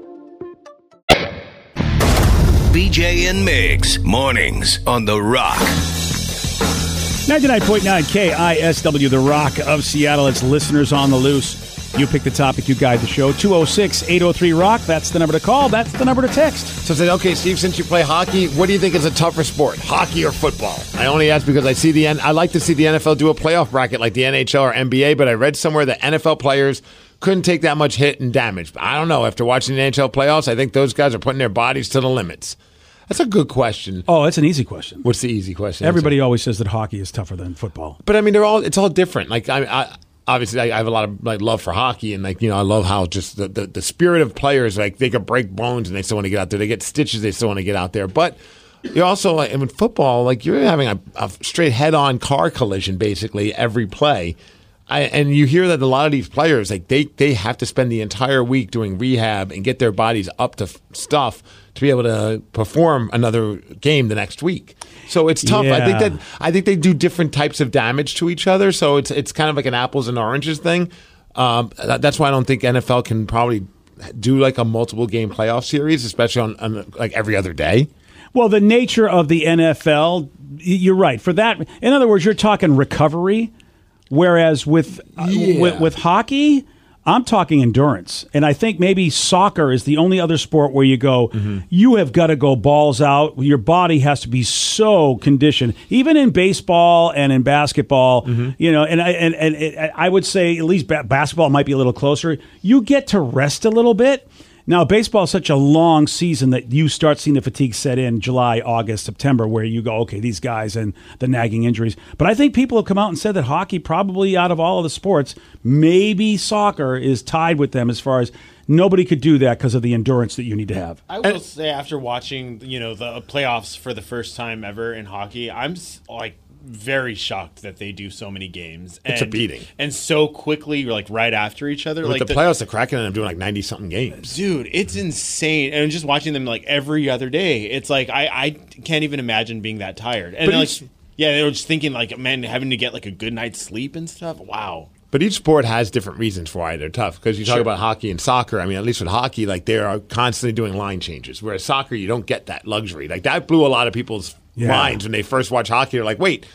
Speaker 13: BJ and Migs, mornings on The Rock.
Speaker 8: 99.9 KISW, The Rock of Seattle. It's listeners on the loose. You pick the topic, you guide the show. 206 803 Rock. That's the number to call. That's the number to text.
Speaker 9: So I said, okay, Steve, since you play hockey, what do you think is a tougher sport, hockey or football? I only ask because I see the N- I like to see the NFL do a playoff bracket like the NHL or NBA, but I read somewhere that NFL players couldn't take that much hit and damage. But I don't know. After watching the NHL playoffs, I think those guys are putting their bodies to the limits. That's a good question.
Speaker 8: Oh, that's an easy question.
Speaker 9: What's the easy question?
Speaker 8: Everybody always says that hockey is tougher than football.
Speaker 9: But I mean, they're all it's all different. Like I, I obviously I, I have a lot of like love for hockey, and like you know I love how just the, the the spirit of players like they could break bones and they still want to get out there. They get stitches, they still want to get out there. But you're also like in football, like you're having a, a straight head-on car collision basically every play. I, and you hear that a lot of these players like they they have to spend the entire week doing rehab and get their bodies up to f- stuff to be able to perform another game the next week. So it's tough. I think
Speaker 8: Yeah.
Speaker 9: that I think they do different types of damage to each other. So it's it's kind of like an apples and oranges thing. Um, that- that's why I don't think NFL can probably do like a multiple game playoff series, especially on, on like every other day.
Speaker 8: Well, the nature of the NFL, y- you're right. For that, in other words, you're talking recovery, whereas with uh, with, with hockey, I'm talking endurance. And I think maybe soccer is the only other sport where you go, you have got to go balls out. Your body has to be so conditioned. Even in baseball and in basketball, you know, and I and, and it, I would say at least ba- basketball might be a little closer. You get to rest a little bit. Now, baseball is such a long season that you start seeing the fatigue set in July, August, September, where you go, okay, these guys and the nagging injuries. But I think people have come out and said that hockey, probably out of all of the sports, maybe soccer is tied with them as far as nobody could do that because of the endurance that you need to have.
Speaker 12: I will say, after watching you know the playoffs for the first time ever in hockey, I'm s- like very shocked that they do so many games.
Speaker 9: It's a beating.
Speaker 12: and so quickly, like right after each other.
Speaker 9: With
Speaker 12: like
Speaker 9: the playoffs, the Kraken ended up doing like ninety something games.
Speaker 12: dude, it's insane. And just watching them like every other day, it's like I I can't even imagine being that tired. And
Speaker 9: But
Speaker 12: like,
Speaker 9: each-
Speaker 12: yeah, they were just thinking like, man, having to get like a good night's sleep and stuff. Wow.
Speaker 9: But each sport has different reasons for why they're tough. Because you talk
Speaker 12: Sure.
Speaker 9: about hockey and soccer. I mean, at least with hockey, like they are constantly doing line changes. Whereas soccer, you don't get that luxury. Like that blew a lot of people's
Speaker 14: Yeah.
Speaker 9: minds when they first watch hockey. They're like, wait,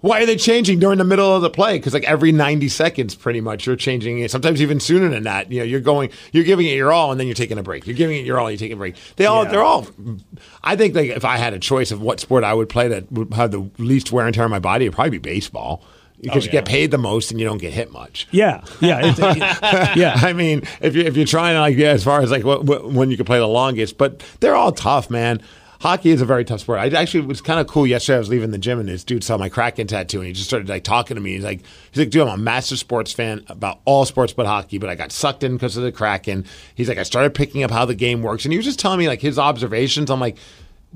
Speaker 9: why are they changing during the middle of the play? Because like every ninety seconds, pretty much, you're changing it. Sometimes even sooner than that. You know, you're going, you're giving it your all, and then you're taking a break. You're giving it your all, you're taking a break. They all, they're all. I think like if I had a choice of what sport I would play that would have the least wear and tear on my body, it'd probably be baseball. Because you get paid the most and you don't get hit much.
Speaker 8: Yeah, yeah, it's- yeah.
Speaker 9: I mean, if you if you're trying to like yeah, as far as like what, what, when you can play the longest, but they're all tough, man. Hockey is a very tough sport. I actually it was kind of cool yesterday. I was leaving the gym and this dude saw my Kraken tattoo and he just started like talking to me. He's like, he's like, dude, I'm a massive sports fan about all sports but hockey, but I got sucked in because of the Kraken. He's like, I started picking up how the game works, and he was just telling me like his observations. I'm like,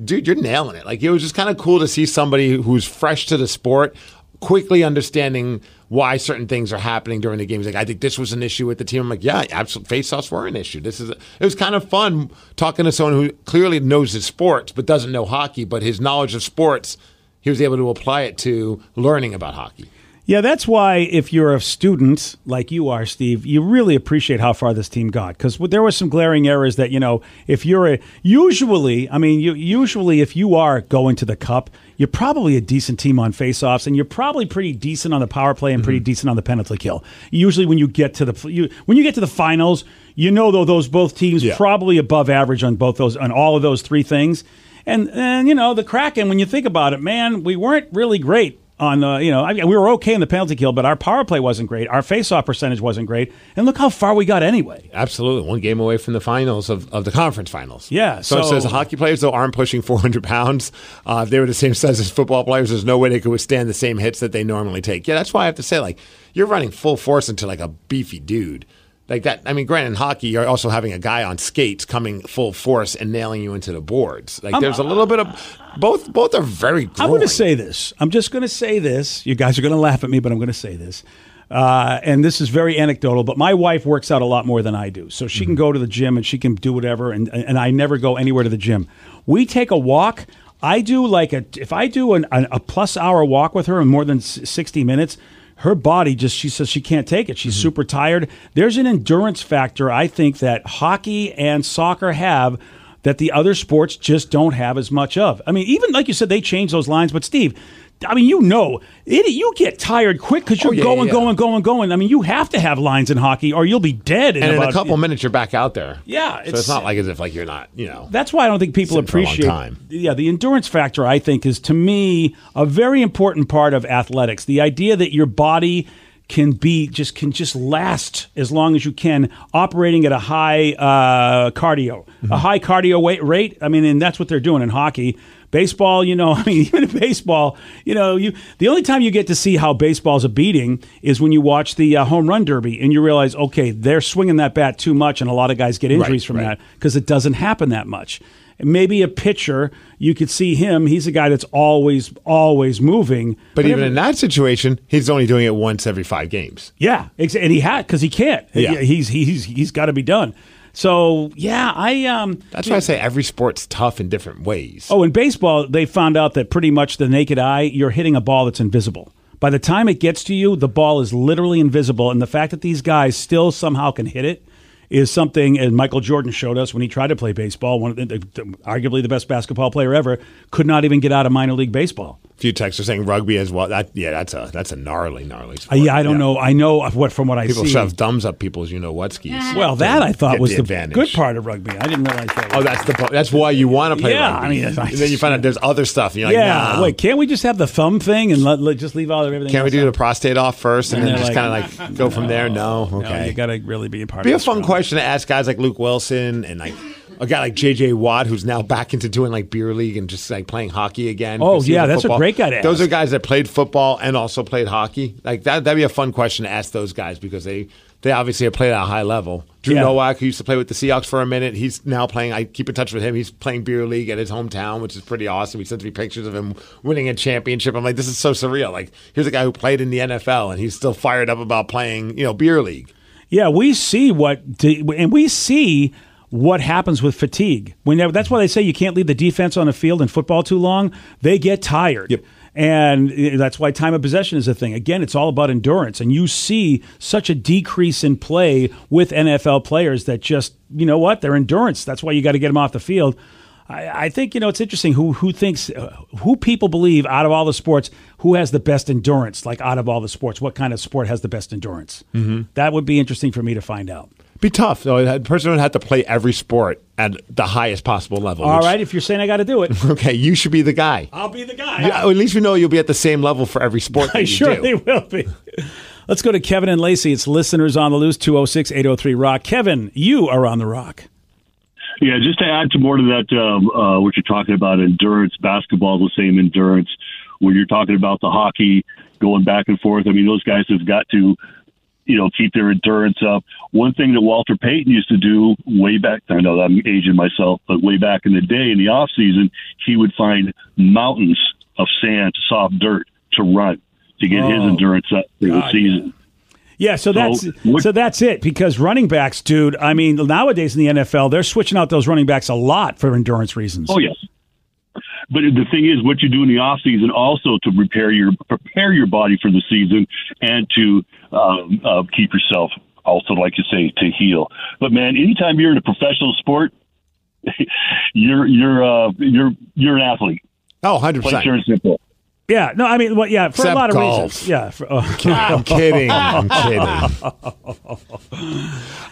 Speaker 9: dude, you're nailing it. Like it was just kind of cool to see somebody who's fresh to the sport quickly understanding why certain things are happening during the game. He's like, I think this was an issue with the team. I'm like, yeah, absolutely. Face-offs were an issue. This is. A, it was kind of fun talking to someone who clearly knows his sports but doesn't know hockey, but his knowledge of sports, he was able to apply it to learning about hockey.
Speaker 8: Yeah, that's why if you're a student like you are, Steve, you really appreciate how far this team got because there were some glaring errors that you know. If you're a usually, I mean, you usually if you are going to the cup, you're probably a decent team on faceoffs, and you're probably pretty decent on the power play and pretty decent on the penalty kill. Usually, when you get to the you, when you get to the finals, you know though those both teams probably above average on both those on all of those three things. And and you know the Kraken. When you think about it, man, we weren't really great on the you know I mean, we were okay in the penalty kill, but our power play wasn't great. Our faceoff percentage wasn't great, and look how far we got anyway.
Speaker 9: Absolutely, one game away from the finals of, of the conference finals.
Speaker 8: Yeah,
Speaker 9: So, it
Speaker 8: so-
Speaker 9: says hockey players though aren't pushing 400 pounds. Uh, if they were the same size as football players, there's no way they could withstand the same hits that they normally take. Yeah, that's why I have to say like you're running full force into like a beefy dude. Like that. I mean, granted, in hockey, you're also having a guy on skates coming full force and nailing you into the boards. Like
Speaker 8: I'm-
Speaker 9: there's a little bit of both. Both are very.
Speaker 8: I'm going to say this. I'm just going to say this. You guys are going to laugh at me, but I'm going to say this. Uh, and this is very anecdotal, but my wife works out a lot more than I do. So she can go to the gym and she can do whatever, and, and I never go anywhere to the gym. We take a walk. I do like a, if I do an, an, a plus hour walk with her in more than s- 60 minutes, her body just, she says she can't take it. She's super tired. There's an endurance factor, I think, that hockey and soccer have that the other sports just don't have as much of. I mean, even like you said, they change those lines. But Steve, I mean, you know, it, you get tired quick because you're
Speaker 9: Oh, yeah,
Speaker 8: going,
Speaker 9: yeah.
Speaker 8: going, going, going. I mean, you have to have lines in hockey, or you'll be dead. In
Speaker 9: And in
Speaker 8: about,
Speaker 9: a couple minutes, you're back out there.
Speaker 8: Yeah,
Speaker 9: so it's not like as if like you're not. You know.
Speaker 8: That's why I don't think people
Speaker 9: Sitting for a long
Speaker 8: appreciate.
Speaker 9: time.
Speaker 8: Yeah, the endurance factor I think is to me a very important part of athletics. The idea that your body can be just can just last as long as you can operating at a high uh, cardio,
Speaker 9: Mm-hmm.
Speaker 8: a high cardio weight rate. I mean, and that's what they're doing in hockey. Baseball, you know, [LAUGHS] I mean, even in baseball, you know, you the only time you get to see how baseball's a beating is when you watch the uh, home run derby and you realize, okay, they're swinging that bat too much, and a lot of guys get injuries
Speaker 9: Right,
Speaker 8: from
Speaker 9: right.
Speaker 8: that because it doesn't happen that much. Maybe a pitcher, you could see him. He's a guy that's always, always moving.
Speaker 9: But even in that situation, he's only doing it once every five games.
Speaker 8: yeah, ex- and he had because he can't.
Speaker 9: Yeah.
Speaker 8: he's he's he's got to be done. So yeah, I um.
Speaker 9: That's why I say every sport's tough in different ways.
Speaker 8: Oh, in baseball, they found out that pretty much the naked eye, you're hitting a ball that's invisible. By the time it gets to you, the ball is literally invisible, and the fact that these guys still somehow can hit it is something. And Michael Jordan showed us when he tried to play baseball. One of the, the- arguably the best basketball player ever could not even get out of minor league baseball.
Speaker 9: A few texts are saying rugby as well. That yeah, that's a that's a gnarly, gnarly
Speaker 8: I,
Speaker 9: sport.
Speaker 8: yeah, I don't know. I know of what from what I
Speaker 9: People
Speaker 8: see.
Speaker 9: shove thumbs up people's you know what skis.
Speaker 8: Well, that I thought
Speaker 9: Get
Speaker 8: was
Speaker 9: the
Speaker 8: the,
Speaker 9: advantage.
Speaker 8: good part of rugby. I didn't realize that.
Speaker 9: Oh, that's the part. That's why you want to play.
Speaker 8: Yeah,
Speaker 9: rugby.
Speaker 8: I mean,
Speaker 9: and
Speaker 8: that's-
Speaker 9: then you find out there's other stuff. And you're like,
Speaker 8: yeah,
Speaker 9: nah.
Speaker 8: wait, can't we just have the thumb thing and let, let- just leave all everything?
Speaker 9: Can we
Speaker 8: else
Speaker 9: do
Speaker 8: out?
Speaker 9: the prostate off first and,
Speaker 8: And
Speaker 9: then
Speaker 8: they're
Speaker 9: just
Speaker 8: like,
Speaker 9: kind of like go from there? No,
Speaker 8: No,
Speaker 9: okay.
Speaker 8: you got to really be a part.
Speaker 9: Be a
Speaker 8: of this
Speaker 9: fun
Speaker 8: round.
Speaker 9: question to ask guys like Luke Wilson and like a guy like JJ Watt, who's now back into doing like beer league and just like playing hockey again.
Speaker 8: Oh,
Speaker 9: because he
Speaker 8: yeah,
Speaker 9: was
Speaker 8: that's a
Speaker 9: football-
Speaker 8: great guy to
Speaker 9: Those
Speaker 8: ask.
Speaker 9: are guys that played football and also played hockey. Like that, that'd be a fun question to ask those guys because they they obviously have played at a high level. Drew
Speaker 8: Yeah.
Speaker 9: Nowak, who used to play with the Seahawks for a minute, he's now playing. I keep in touch with him. He's playing beer league at his hometown, which is pretty awesome. He sends me pictures of him winning a championship. I'm like, this is so surreal. Like, here's a guy who played in the NFL and he's still fired up about playing, you know, beer league.
Speaker 8: Yeah, we see what, d- and we see what happens with fatigue. When they- that's why they say you can't leave the defense on the field in football too long. They get tired. And eh, that's why time of possession is a thing. Again, it's all about endurance. And you see such a decrease in play with NFL players that just, you know what, their endurance. That's why you got to get them off the field. I, I think you know it's interesting who who thinks uh, who people believe out of all the sports who has the best endurance like out of all the sports what kind of sport has the best endurance mm-hmm. that would be interesting for me to find out
Speaker 9: Be tough though. A person would have to play every sport at the highest possible level.
Speaker 8: All right,
Speaker 9: which-
Speaker 8: if you're saying I got to do it
Speaker 9: [LAUGHS] Okay, you should be the guy.
Speaker 8: I'll be the guy
Speaker 9: Yeah, at least we know you'll be at the same level for every
Speaker 8: [LAUGHS]
Speaker 9: sport. That
Speaker 8: I
Speaker 9: you
Speaker 8: sure
Speaker 9: do.
Speaker 8: they will be let's go to Kevin and Lacey it's listeners on the loose 206 803 rock Kevin you are on the rock
Speaker 16: Yeah, just to add to more to that, um, uh, what you're talking about, endurance, basketball, the same endurance. When you're talking about the hockey going back and forth, I mean, those guys have got to, you know, keep their endurance up. One thing that Walter Payton used to do way back, I know I'm aging myself, but way back in the day in the off season, he would find mountains of sand, soft dirt to run to get his
Speaker 8: Oh.
Speaker 16: endurance up for the
Speaker 8: God,
Speaker 16: season.
Speaker 8: Yeah, so
Speaker 16: So
Speaker 8: that's
Speaker 16: what-
Speaker 8: so that's it because running backs, dude. I mean, nowadays in the NFL, they're switching out those running backs a lot for endurance reasons.
Speaker 16: Oh yes. But the thing is, what you do in the off season also to prepare your prepare your body for the season and to um, uh, keep yourself also, like you say, to heal. But man, anytime you're in a professional sport, [LAUGHS] you're you're uh, you're you're an athlete.
Speaker 9: Oh, 100
Speaker 16: Plain and simple.
Speaker 8: Yeah, no, I mean, well, yeah, for a
Speaker 16: Except
Speaker 8: lot of
Speaker 16: golf.
Speaker 8: reasons. Yeah, for, uh,
Speaker 9: I'm kidding.
Speaker 8: [LAUGHS]
Speaker 9: I'm kidding.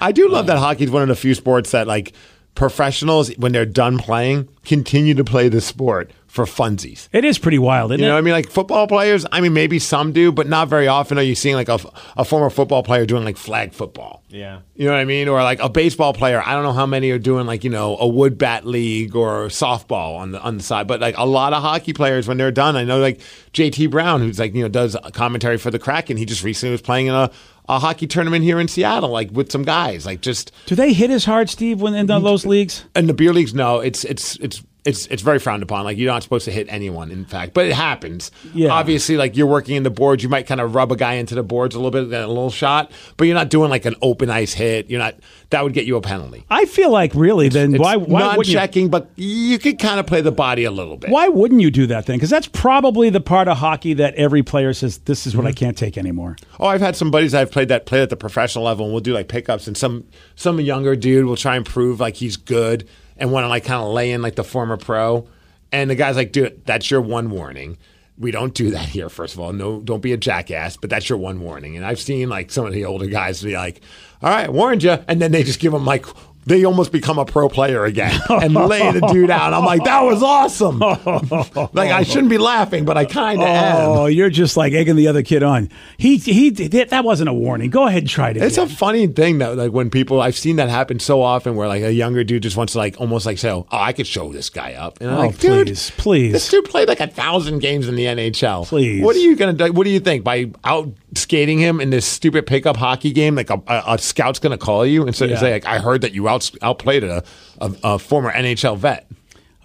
Speaker 9: I do love that hockey is one of the few sports that like professionals when they're done playing continue to play the sport for funsies.
Speaker 8: It is pretty wild,
Speaker 9: You
Speaker 8: isn't
Speaker 9: know, what I
Speaker 8: it?
Speaker 9: mean, like football players. I mean, maybe some do, but not very often are you seeing like a, f- a former football player doing like flag football.
Speaker 12: Yeah.
Speaker 9: You know what I mean? Or like a baseball player. I don't know how many are doing like, you know, a wood bat league or softball on the on the side. But like a lot of hockey players when they're done, I know like JT Brown, who's like, you know, does commentary for the Kraken, he just recently was playing in a, a hockey tournament here in Seattle, like with some guys. Like just
Speaker 8: Do they hit as hard, Steve, when in those leagues?
Speaker 9: in the beer leagues, no, it's it's it's it's it's very frowned upon. Like you're not supposed to hit anyone, in fact, but it happens.
Speaker 8: Yeah.
Speaker 9: Obviously, like you're working in the boards, you might kind of rub a guy into the boards a little bit, then a little shot, but you're not doing like an open ice hit. You're not that would get you a penalty.
Speaker 8: I feel like really then why why wouldn't you?
Speaker 9: non-checking, but you could kind of play the body a little bit.
Speaker 8: Why wouldn't you do that then? Because that's probably the part of hockey that every player says, "This is what I
Speaker 9: Mm-hmm.
Speaker 8: can't take anymore."
Speaker 9: Oh, I've had some buddies I've played that play at the professional level, and we'll do like pickups, and some some younger dude will try and prove like he's good and want to like kind of lay in like the former pro, and the guy's like, "Dude, that's your one warning. We don't do that here. First of all, no, don't be a jackass, but that's your one warning." And I've seen like some of the older guys be like, "All right, warned you," and then they just give him like. They almost become a pro player again and lay
Speaker 8: [LAUGHS]
Speaker 9: the dude out. I'm like, that was awesome. like, I shouldn't be laughing, but I kind of am.
Speaker 8: Oh, you're just like egging the other kid on. He he did that wasn't a warning. Go ahead and try it.
Speaker 9: It's a funny thing though, like when people I've seen that happen so often, where like a younger dude just wants to like almost like say, "Oh, I could show this guy up," and I'm
Speaker 8: Oh,
Speaker 9: like, "Dude,
Speaker 8: please, please.
Speaker 9: this dude played like a thousand games in the NHL.
Speaker 8: Please.
Speaker 9: what are you gonna do? What do you think by out skating him in this stupid pickup hockey game? Like a, a, a scout's gonna call you and say,
Speaker 8: Yeah.
Speaker 9: say like, I heard that you out outplayed a, a, a former NHL vet."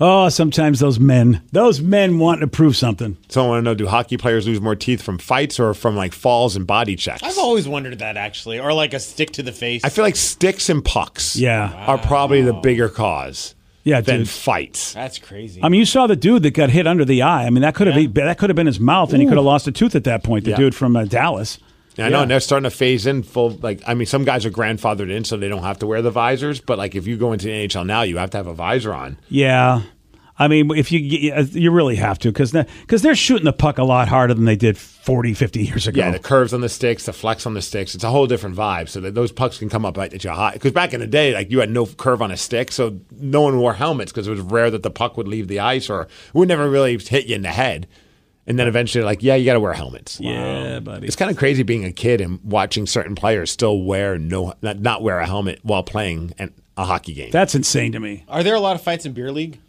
Speaker 8: Oh, sometimes those men, those men want to prove something.
Speaker 9: So I want to know: Do hockey players lose more teeth from fights or from like falls and body checks?
Speaker 12: I've always wondered that actually, or like a stick to the face.
Speaker 9: I feel like sticks and pucks,
Speaker 8: Yeah.
Speaker 9: are probably the bigger cause.
Speaker 8: Yeah,
Speaker 9: than
Speaker 8: dude.
Speaker 9: fights.
Speaker 12: That's crazy.
Speaker 8: I mean, you saw the dude that got hit under the eye. I mean, that could have been- that could have been his mouth, and he
Speaker 9: Ooh.
Speaker 8: could have lost a tooth at that point. The
Speaker 9: Yeah.
Speaker 8: dude from uh, Dallas.
Speaker 9: Yeah, I know, and they're starting to phase in full. Like, I mean, some guys are grandfathered in, so they don't have to wear the visors. But like, if you go into the NHL now, you have to have a visor on.
Speaker 8: Yeah. I mean, if you get- uh, you really have to because because they're shooting the puck a lot harder than they did 40, 50 years ago.
Speaker 9: Yeah, the curves on the sticks, the flex on the sticks. It's a whole different vibe. So that those pucks can come up at you high. Because back in the day, like you had no curve on a stick, so no one wore helmets because it was rare that the puck would leave the ice or it would never really hit you in the head. And then eventually, like, yeah, you got to wear helmets.
Speaker 8: Yeah, buddy.
Speaker 9: It's kind of crazy being a kid and watching certain players still wear no not, not wear a helmet while playing an, a hockey game.
Speaker 8: That's insane to me.
Speaker 12: Are there a lot of fights in beer league?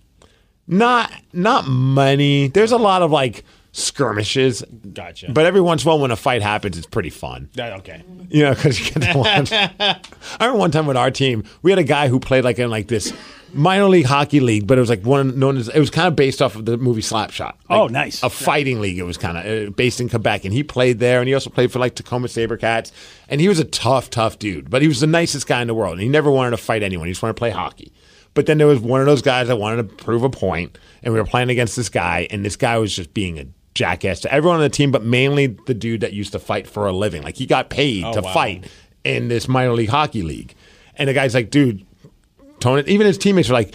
Speaker 9: Not not money. There's a lot of like skirmishes.
Speaker 12: Gotcha.
Speaker 9: But every once in a while, when a fight happens, it's pretty fun.
Speaker 12: Yeah, okay.
Speaker 9: You know, because you get the
Speaker 8: [LAUGHS]
Speaker 9: ones. I remember one time with our team, we had a guy who played like in like this minor league hockey league, but it was like one known as it was kind of based off of the movie Slapshot. Like,
Speaker 8: Oh, nice.
Speaker 9: A fighting league. It was kind of uh, based in Quebec, and he played there, and he also played for like Tacoma SaberCats, and he was a tough, tough dude. But he was the nicest guy in the world, and he never wanted to fight anyone. He just wanted to play hockey. But then there was one of those guys that wanted to prove a point, and we were playing against this guy, and this guy was just being a jackass to everyone on the team, but mainly the dude that used to fight for a living. Like he got paid
Speaker 12: Oh,
Speaker 9: to
Speaker 12: wow.
Speaker 9: fight in this minor league hockey league. And the guy's like, dude, tone it. Even his teammates were like,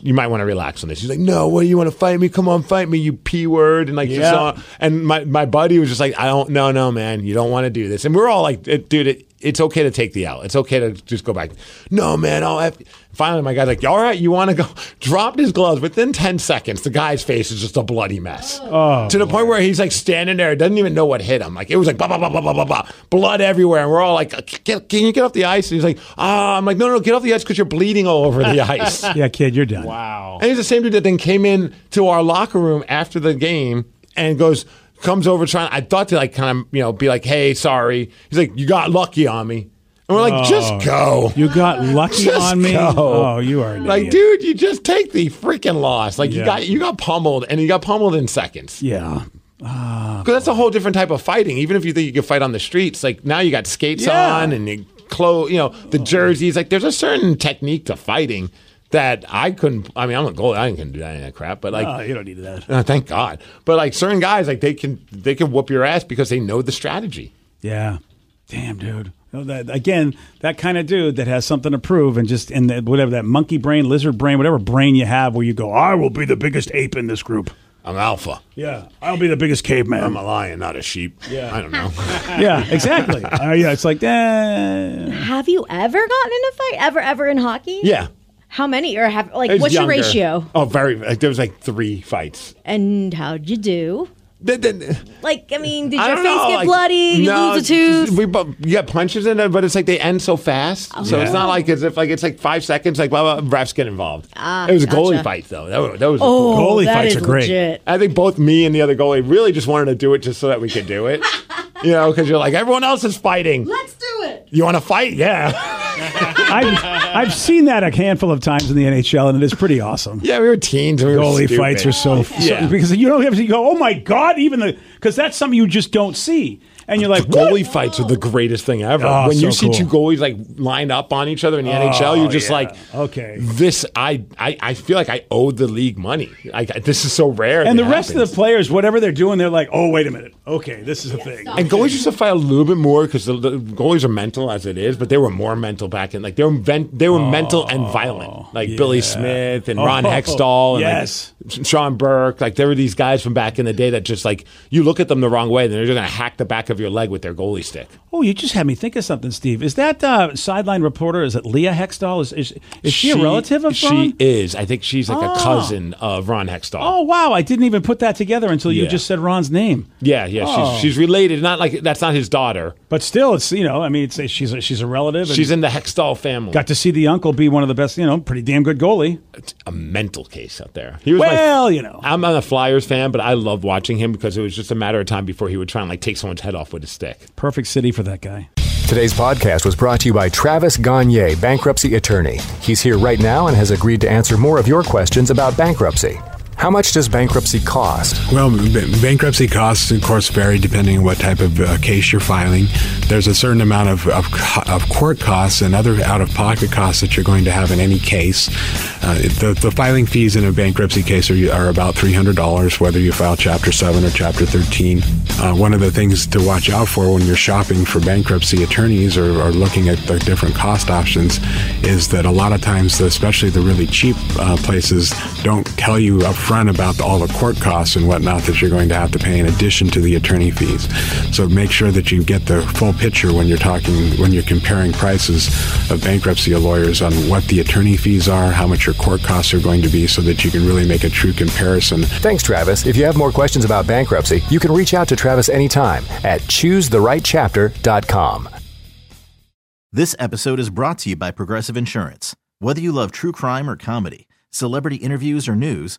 Speaker 9: you might want to relax on this. He's like, no, what do you want to fight me? Come on, fight me, you p word. And like, just
Speaker 8: Yeah.
Speaker 9: all- and my, my buddy was just like, I don't, no, no, man, you don't want to do this. And we we're all like, eh, dude, it, it's okay to take the L. It's okay to just go back. No, man, I'll have. Finally, my guy's like, all right, you want to go? [LAUGHS] Dropped his gloves. Within 10 seconds, the guy's face is just a bloody mess.
Speaker 8: Oh,
Speaker 9: to the point where he's like standing there, doesn't even know what hit him. Like it was like blah blah blah blah blah blah blah, blood everywhere, and we're all like, "Can, can you get off the ice?" And he's like, "Ah," I'm like, "No, no, get off the ice because you're bleeding all over
Speaker 8: [LAUGHS]
Speaker 9: the ice."
Speaker 8: yeah, kid, you're done.
Speaker 12: Wow.
Speaker 9: And he's the same dude that then came in to our locker room after the game and goes, comes over trying. I thought to like kind of you know be like, "Hey, sorry." He's like, "You got lucky on me," and we're
Speaker 8: Oh,
Speaker 9: like, "Just go."
Speaker 8: You got
Speaker 9: [LAUGHS]
Speaker 8: lucky
Speaker 9: Just
Speaker 8: on me.
Speaker 9: go.
Speaker 8: Oh, you are an
Speaker 9: Like,
Speaker 8: idiot.
Speaker 9: dude, you just take the freaking loss. Like, you
Speaker 8: Yeah.
Speaker 9: got you got pummeled, and you got pummeled in seconds.
Speaker 8: Yeah. ah.
Speaker 9: Because that's a whole different type of fighting. Even if you think you can fight on the streets, like now you got skates
Speaker 8: Yeah.
Speaker 9: on and you clothes, you know, the jerseys. Like there's a certain technique to fighting that I couldn't. I mean, I'm a goalie. I couldn't do that any of that crap. But like,
Speaker 8: No, Oh, you don't need
Speaker 9: [LAUGHS]
Speaker 8: that.
Speaker 9: Uh, thank God. But like certain guys, like they can they can whoop your ass because they know the strategy.
Speaker 8: Yeah. Damn, dude. No, that, again, that kind of dude that has something to prove and just in that whatever that monkey brain, lizard brain, whatever brain you have, where you go, I will be the biggest ape in this group.
Speaker 9: I'm alpha.
Speaker 8: Yeah, I'll be the biggest caveman.
Speaker 9: I'm a lion, not a sheep. Yeah, I don't know.
Speaker 8: [LAUGHS] yeah, exactly. Uh, yeah, it's like
Speaker 9: [LAUGHS]
Speaker 8: eh.
Speaker 15: Have you ever gotten in a fight? Ever, ever in hockey?
Speaker 9: yeah.
Speaker 15: How many or have like
Speaker 9: It was
Speaker 15: what's
Speaker 9: younger.
Speaker 15: your ratio?
Speaker 9: Oh, very. Like, there was like three fights.
Speaker 15: And how'd you do? like I mean, did
Speaker 9: I
Speaker 15: your
Speaker 9: don't
Speaker 15: face
Speaker 9: know,
Speaker 15: get
Speaker 9: like-
Speaker 15: bloody?
Speaker 9: no,
Speaker 15: you lose a tooth? Oh,
Speaker 9: We bu- you got punches in it, but it's like they end so fast. So
Speaker 15: Yeah.
Speaker 9: it's not like as if like it's like five seconds. Like blah, blah, refs get involved.
Speaker 15: Ah,
Speaker 9: it was
Speaker 15: gotcha.
Speaker 9: a goalie fight though. That was, that was
Speaker 15: Oh,
Speaker 9: a cool.
Speaker 15: Goalie that fights is are great. legit.
Speaker 9: I think both me and the other goalie really just wanted to do it just so that we could
Speaker 15: [LAUGHS]
Speaker 9: do it. you know, because you're like everyone else is fighting. Let's do it. You want to fight? Yeah.
Speaker 8: I've, I've seen that a handful of times in the NHL, and it is pretty awesome.
Speaker 9: Yeah, we were teens. and we were
Speaker 8: Goalie
Speaker 9: stupid.
Speaker 8: fights are so, so-
Speaker 9: [LAUGHS] Yeah.
Speaker 8: because you don't have to go. Oh my god! Even the because that's something you just don't see, and you're like goalie
Speaker 9: fights are the greatest thing ever.
Speaker 8: Oh,
Speaker 9: when you
Speaker 8: so
Speaker 9: see
Speaker 8: cool.
Speaker 9: two goalies like lined up on each other in the
Speaker 8: Oh,
Speaker 9: NHL, you're just
Speaker 8: yeah.
Speaker 9: like,
Speaker 8: Okay.
Speaker 9: This I, I I feel like I owe the league money. Like this is so rare.
Speaker 8: and the rest of the players, whatever they're doing, they're like, oh wait a minute, okay, this is a thing.
Speaker 9: and goalies used to fight a little bit more because the, the goalies are mental as it is, but they were more mental back in like they were vent, they were mental and violent, like Billy Smith and Ron
Speaker 8: Oh,
Speaker 9: Hextall and
Speaker 8: yes.
Speaker 9: like Sean Burke. Like there were these guys from back in the day that just like you look at them the wrong way, then they're just gonna hack the back of your leg with their goalie stick.
Speaker 8: Oh, you just had me think of something, Steve. Is that uh, sideline reporter? Is it Leah Hextall? Is is, is she, a relative of
Speaker 9: She
Speaker 8: Ron?
Speaker 9: is. I think she's like
Speaker 8: Ah.
Speaker 9: a cousin of Ron Hextall.
Speaker 8: Oh wow! I didn't even put that together until you
Speaker 9: Yeah.
Speaker 8: just said Ron's name.
Speaker 9: Yeah, yeah.
Speaker 8: Oh.
Speaker 9: She's, she's related. Not like that's not his daughter.
Speaker 8: But still, it's you know, I mean, it's she's a, she's a relative. and-
Speaker 9: She's in the Hextall family.
Speaker 8: Got to see the uncle be one of the best, you know, pretty damn good goalie.
Speaker 9: a mental case out there.
Speaker 8: well, you know,
Speaker 9: I'm not a Flyers fan, but I loved watching him because it was just a matter of time before he would try and like take someone's head off with a stick.
Speaker 8: perfect city for that guy.
Speaker 17: Today's podcast was brought to you by Travis Gagne, bankruptcy attorney. He's here right now and has agreed to answer more of your questions about bankruptcy. How much does bankruptcy cost?
Speaker 3: Well, b- bankruptcy costs, of course, vary depending on what type of uh, case you're filing. There's a certain amount of, of, co- of court costs and other out of pocket costs that you're going to have in any case. Uh, the, the filing fees in a bankruptcy case are, are about $300, whether you file Chapter 7 or Chapter 13. Uh, one of the things to watch out for when you're shopping for bankruptcy attorneys or, or looking at the different cost options is that a lot of times, especially the really cheap uh, places, don't tell you upfront about all the court costs and whatnot that you're going to have to pay in addition to the attorney fees. So make sure that you get the full picture when you're talking, when you're comparing prices of bankruptcy lawyers on what the attorney fees are, how much your court costs are going to be, so that you can really make a true comparison.
Speaker 17: Thanks, Travis. If you have more questions about bankruptcy, you can reach out to Travis anytime at choosetherightchapter.com.
Speaker 18: This episode is brought to you by Progressive Insurance. Whether you love true crime or comedy, celebrity interviews or news,